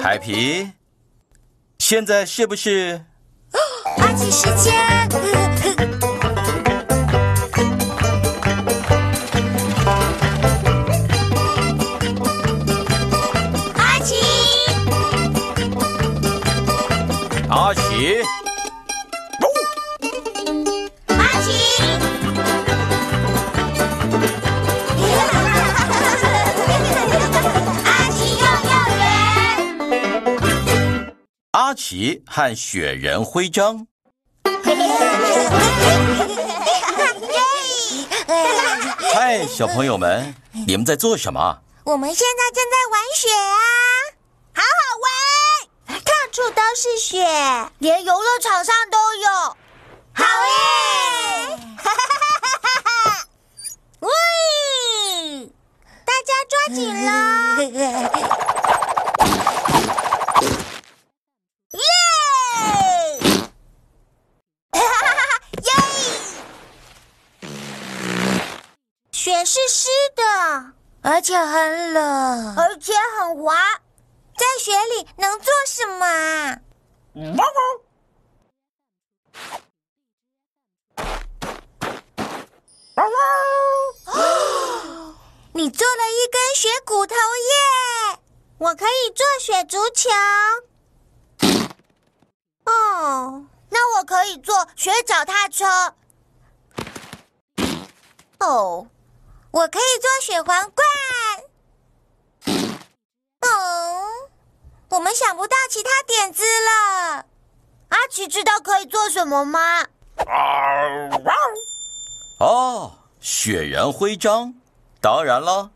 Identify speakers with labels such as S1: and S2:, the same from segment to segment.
S1: 海皮，现在是不是
S2: 阿奇时间，阿奇，
S1: 阿奇？
S2: 阿奇。阿奇幼幼园，
S1: 阿奇和雪人徽章，嗨，小朋友们，你们在做什么？
S2: 我们现在正在玩雪啊，好好玩！到处都是雪，连游乐场上都有，好耶！喂，大家抓紧了！耶！耶！雪是湿的，而且很冷，而且很滑。在雪里能做什么啊？ 你做了一根雪骨头耶！我可以做雪足球。哦，那我可以做雪脚踏车。哦，我可以做雪皇冠。哦，我们想不到其他点子了。阿奇知道可以做什么吗？
S1: 哦，雪人徽章，当然了，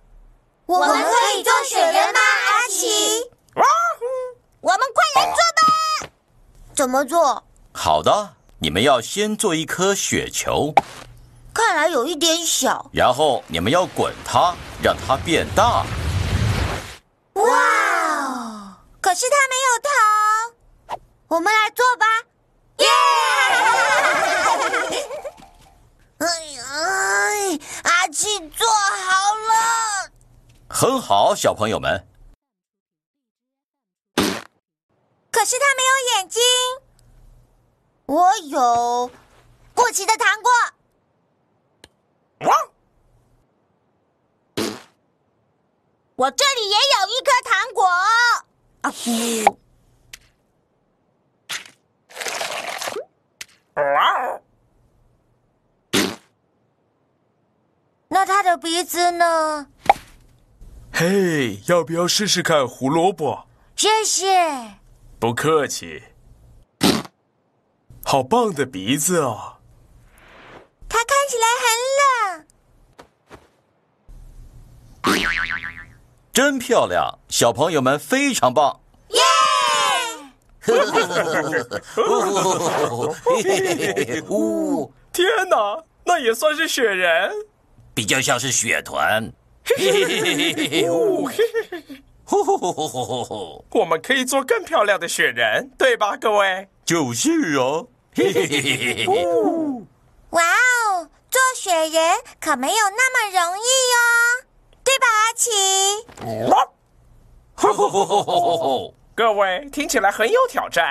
S2: 我们可以做雪人吗，阿奇？啊我们快来做吧！怎么做？
S1: 好的，你们要先做一颗雪球，
S2: 看来有一点小。
S1: 然后你们要滚它，让它变大。
S2: 哇哦！可是它没有头。我们来做吧。耶！ 哎呀，阿奇做好了。
S1: 很好，小朋友们，
S2: 可是它没有眼睛。我有过期的糖果。我这里也有一颗糖果。啊呼！那它的鼻子呢？
S3: 嘿，要不要试试看胡萝卜？
S2: 谢谢。
S3: 不客气。好棒的鼻子啊！
S2: 它看起来很冷。
S1: 真漂亮，小朋友们非常棒。
S2: 耶！
S1: 呜，
S3: 天哪，那也算是雪人。
S1: 比较像是雪团。
S3: 哦，嘿嘿
S1: 呼呼呼呼呼呼，
S3: 我们可以做更漂亮的雪人，对吧，各位？
S1: 就是哦。
S2: 哇哦，做雪人可没有那么容易哦，对吧，阿奇？
S1: 呼呼呼呼呼呼呼，
S3: 各位听起来很有挑战。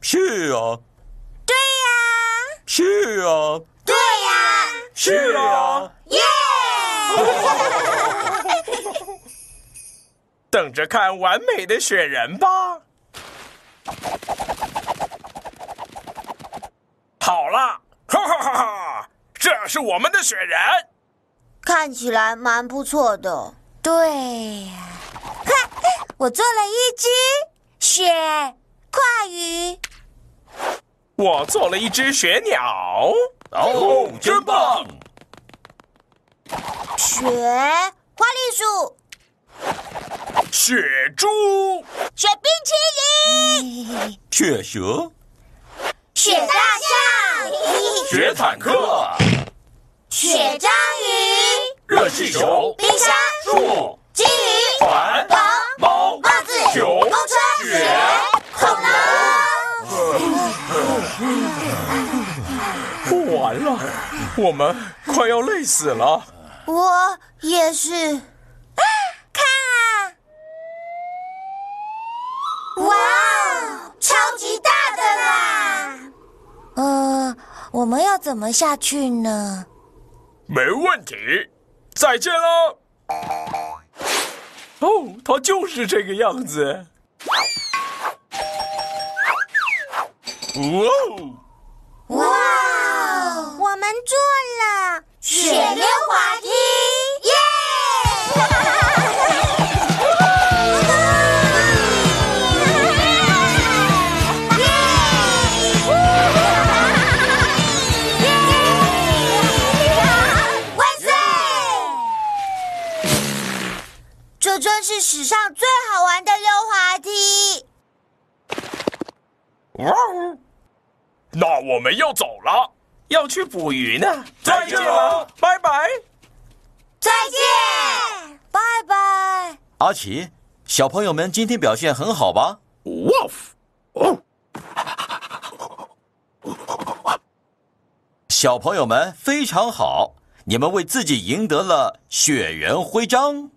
S1: 是啊，
S2: 对呀、
S1: 是啊，
S2: 对呀、
S1: 是啊。
S2: 耶！
S3: 等着看完美的雪人吧。好了，哈哈哈哈，这是我们的雪人。
S2: 看起来蛮不错的。对呀、看，我做了一只雪跨鱼。
S3: 我做了一只雪鸟，
S1: 哦，真棒！
S2: 雪花栗鼠、
S3: 雪猪，
S2: 雪冰淇淋、
S1: 血蛇，
S2: 雪大象、
S1: 雪坦克，
S2: 雪章鱼、
S1: 热气球，
S2: 冰箱、
S1: 树，
S2: 金鱼、
S1: 船，
S2: 龙、
S1: 猫，
S2: 帽子、
S1: 球
S2: 公车、
S1: 雪
S2: 恐龙。
S3: 不玩了，我们快要累死了。
S2: 我也是。看啊！哇！呃们要怎么下去呢？
S3: 没问题，再见喽。哦，它就是这个样子。哇哦！
S2: 哇！我们做了雪溜滑梯，耶！万岁！这真是史上最好玩的溜滑梯。
S3: 哇哦！那我们要走了，要去捕鱼呢。再见了，拜拜。
S2: 再见，拜拜。
S1: 阿奇，小朋友们今天表现很好吧？
S3: 哇！
S1: 小朋友们非常好，你们为自己赢得了雪人徽章。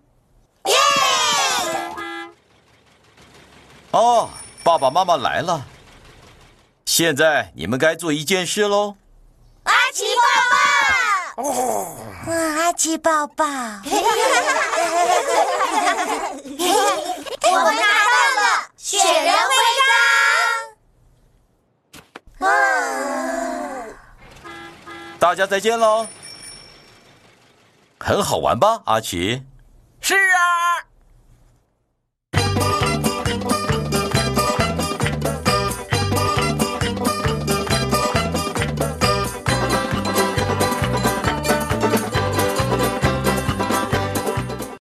S1: 哦，爸爸妈妈来了。现在你们该做一件事喽。
S2: 阿奇宝宝，哇，阿奇宝宝， 我们拿到了雪人徽章。
S1: 大家再见喽！很好玩吧，阿奇？
S3: 是啊。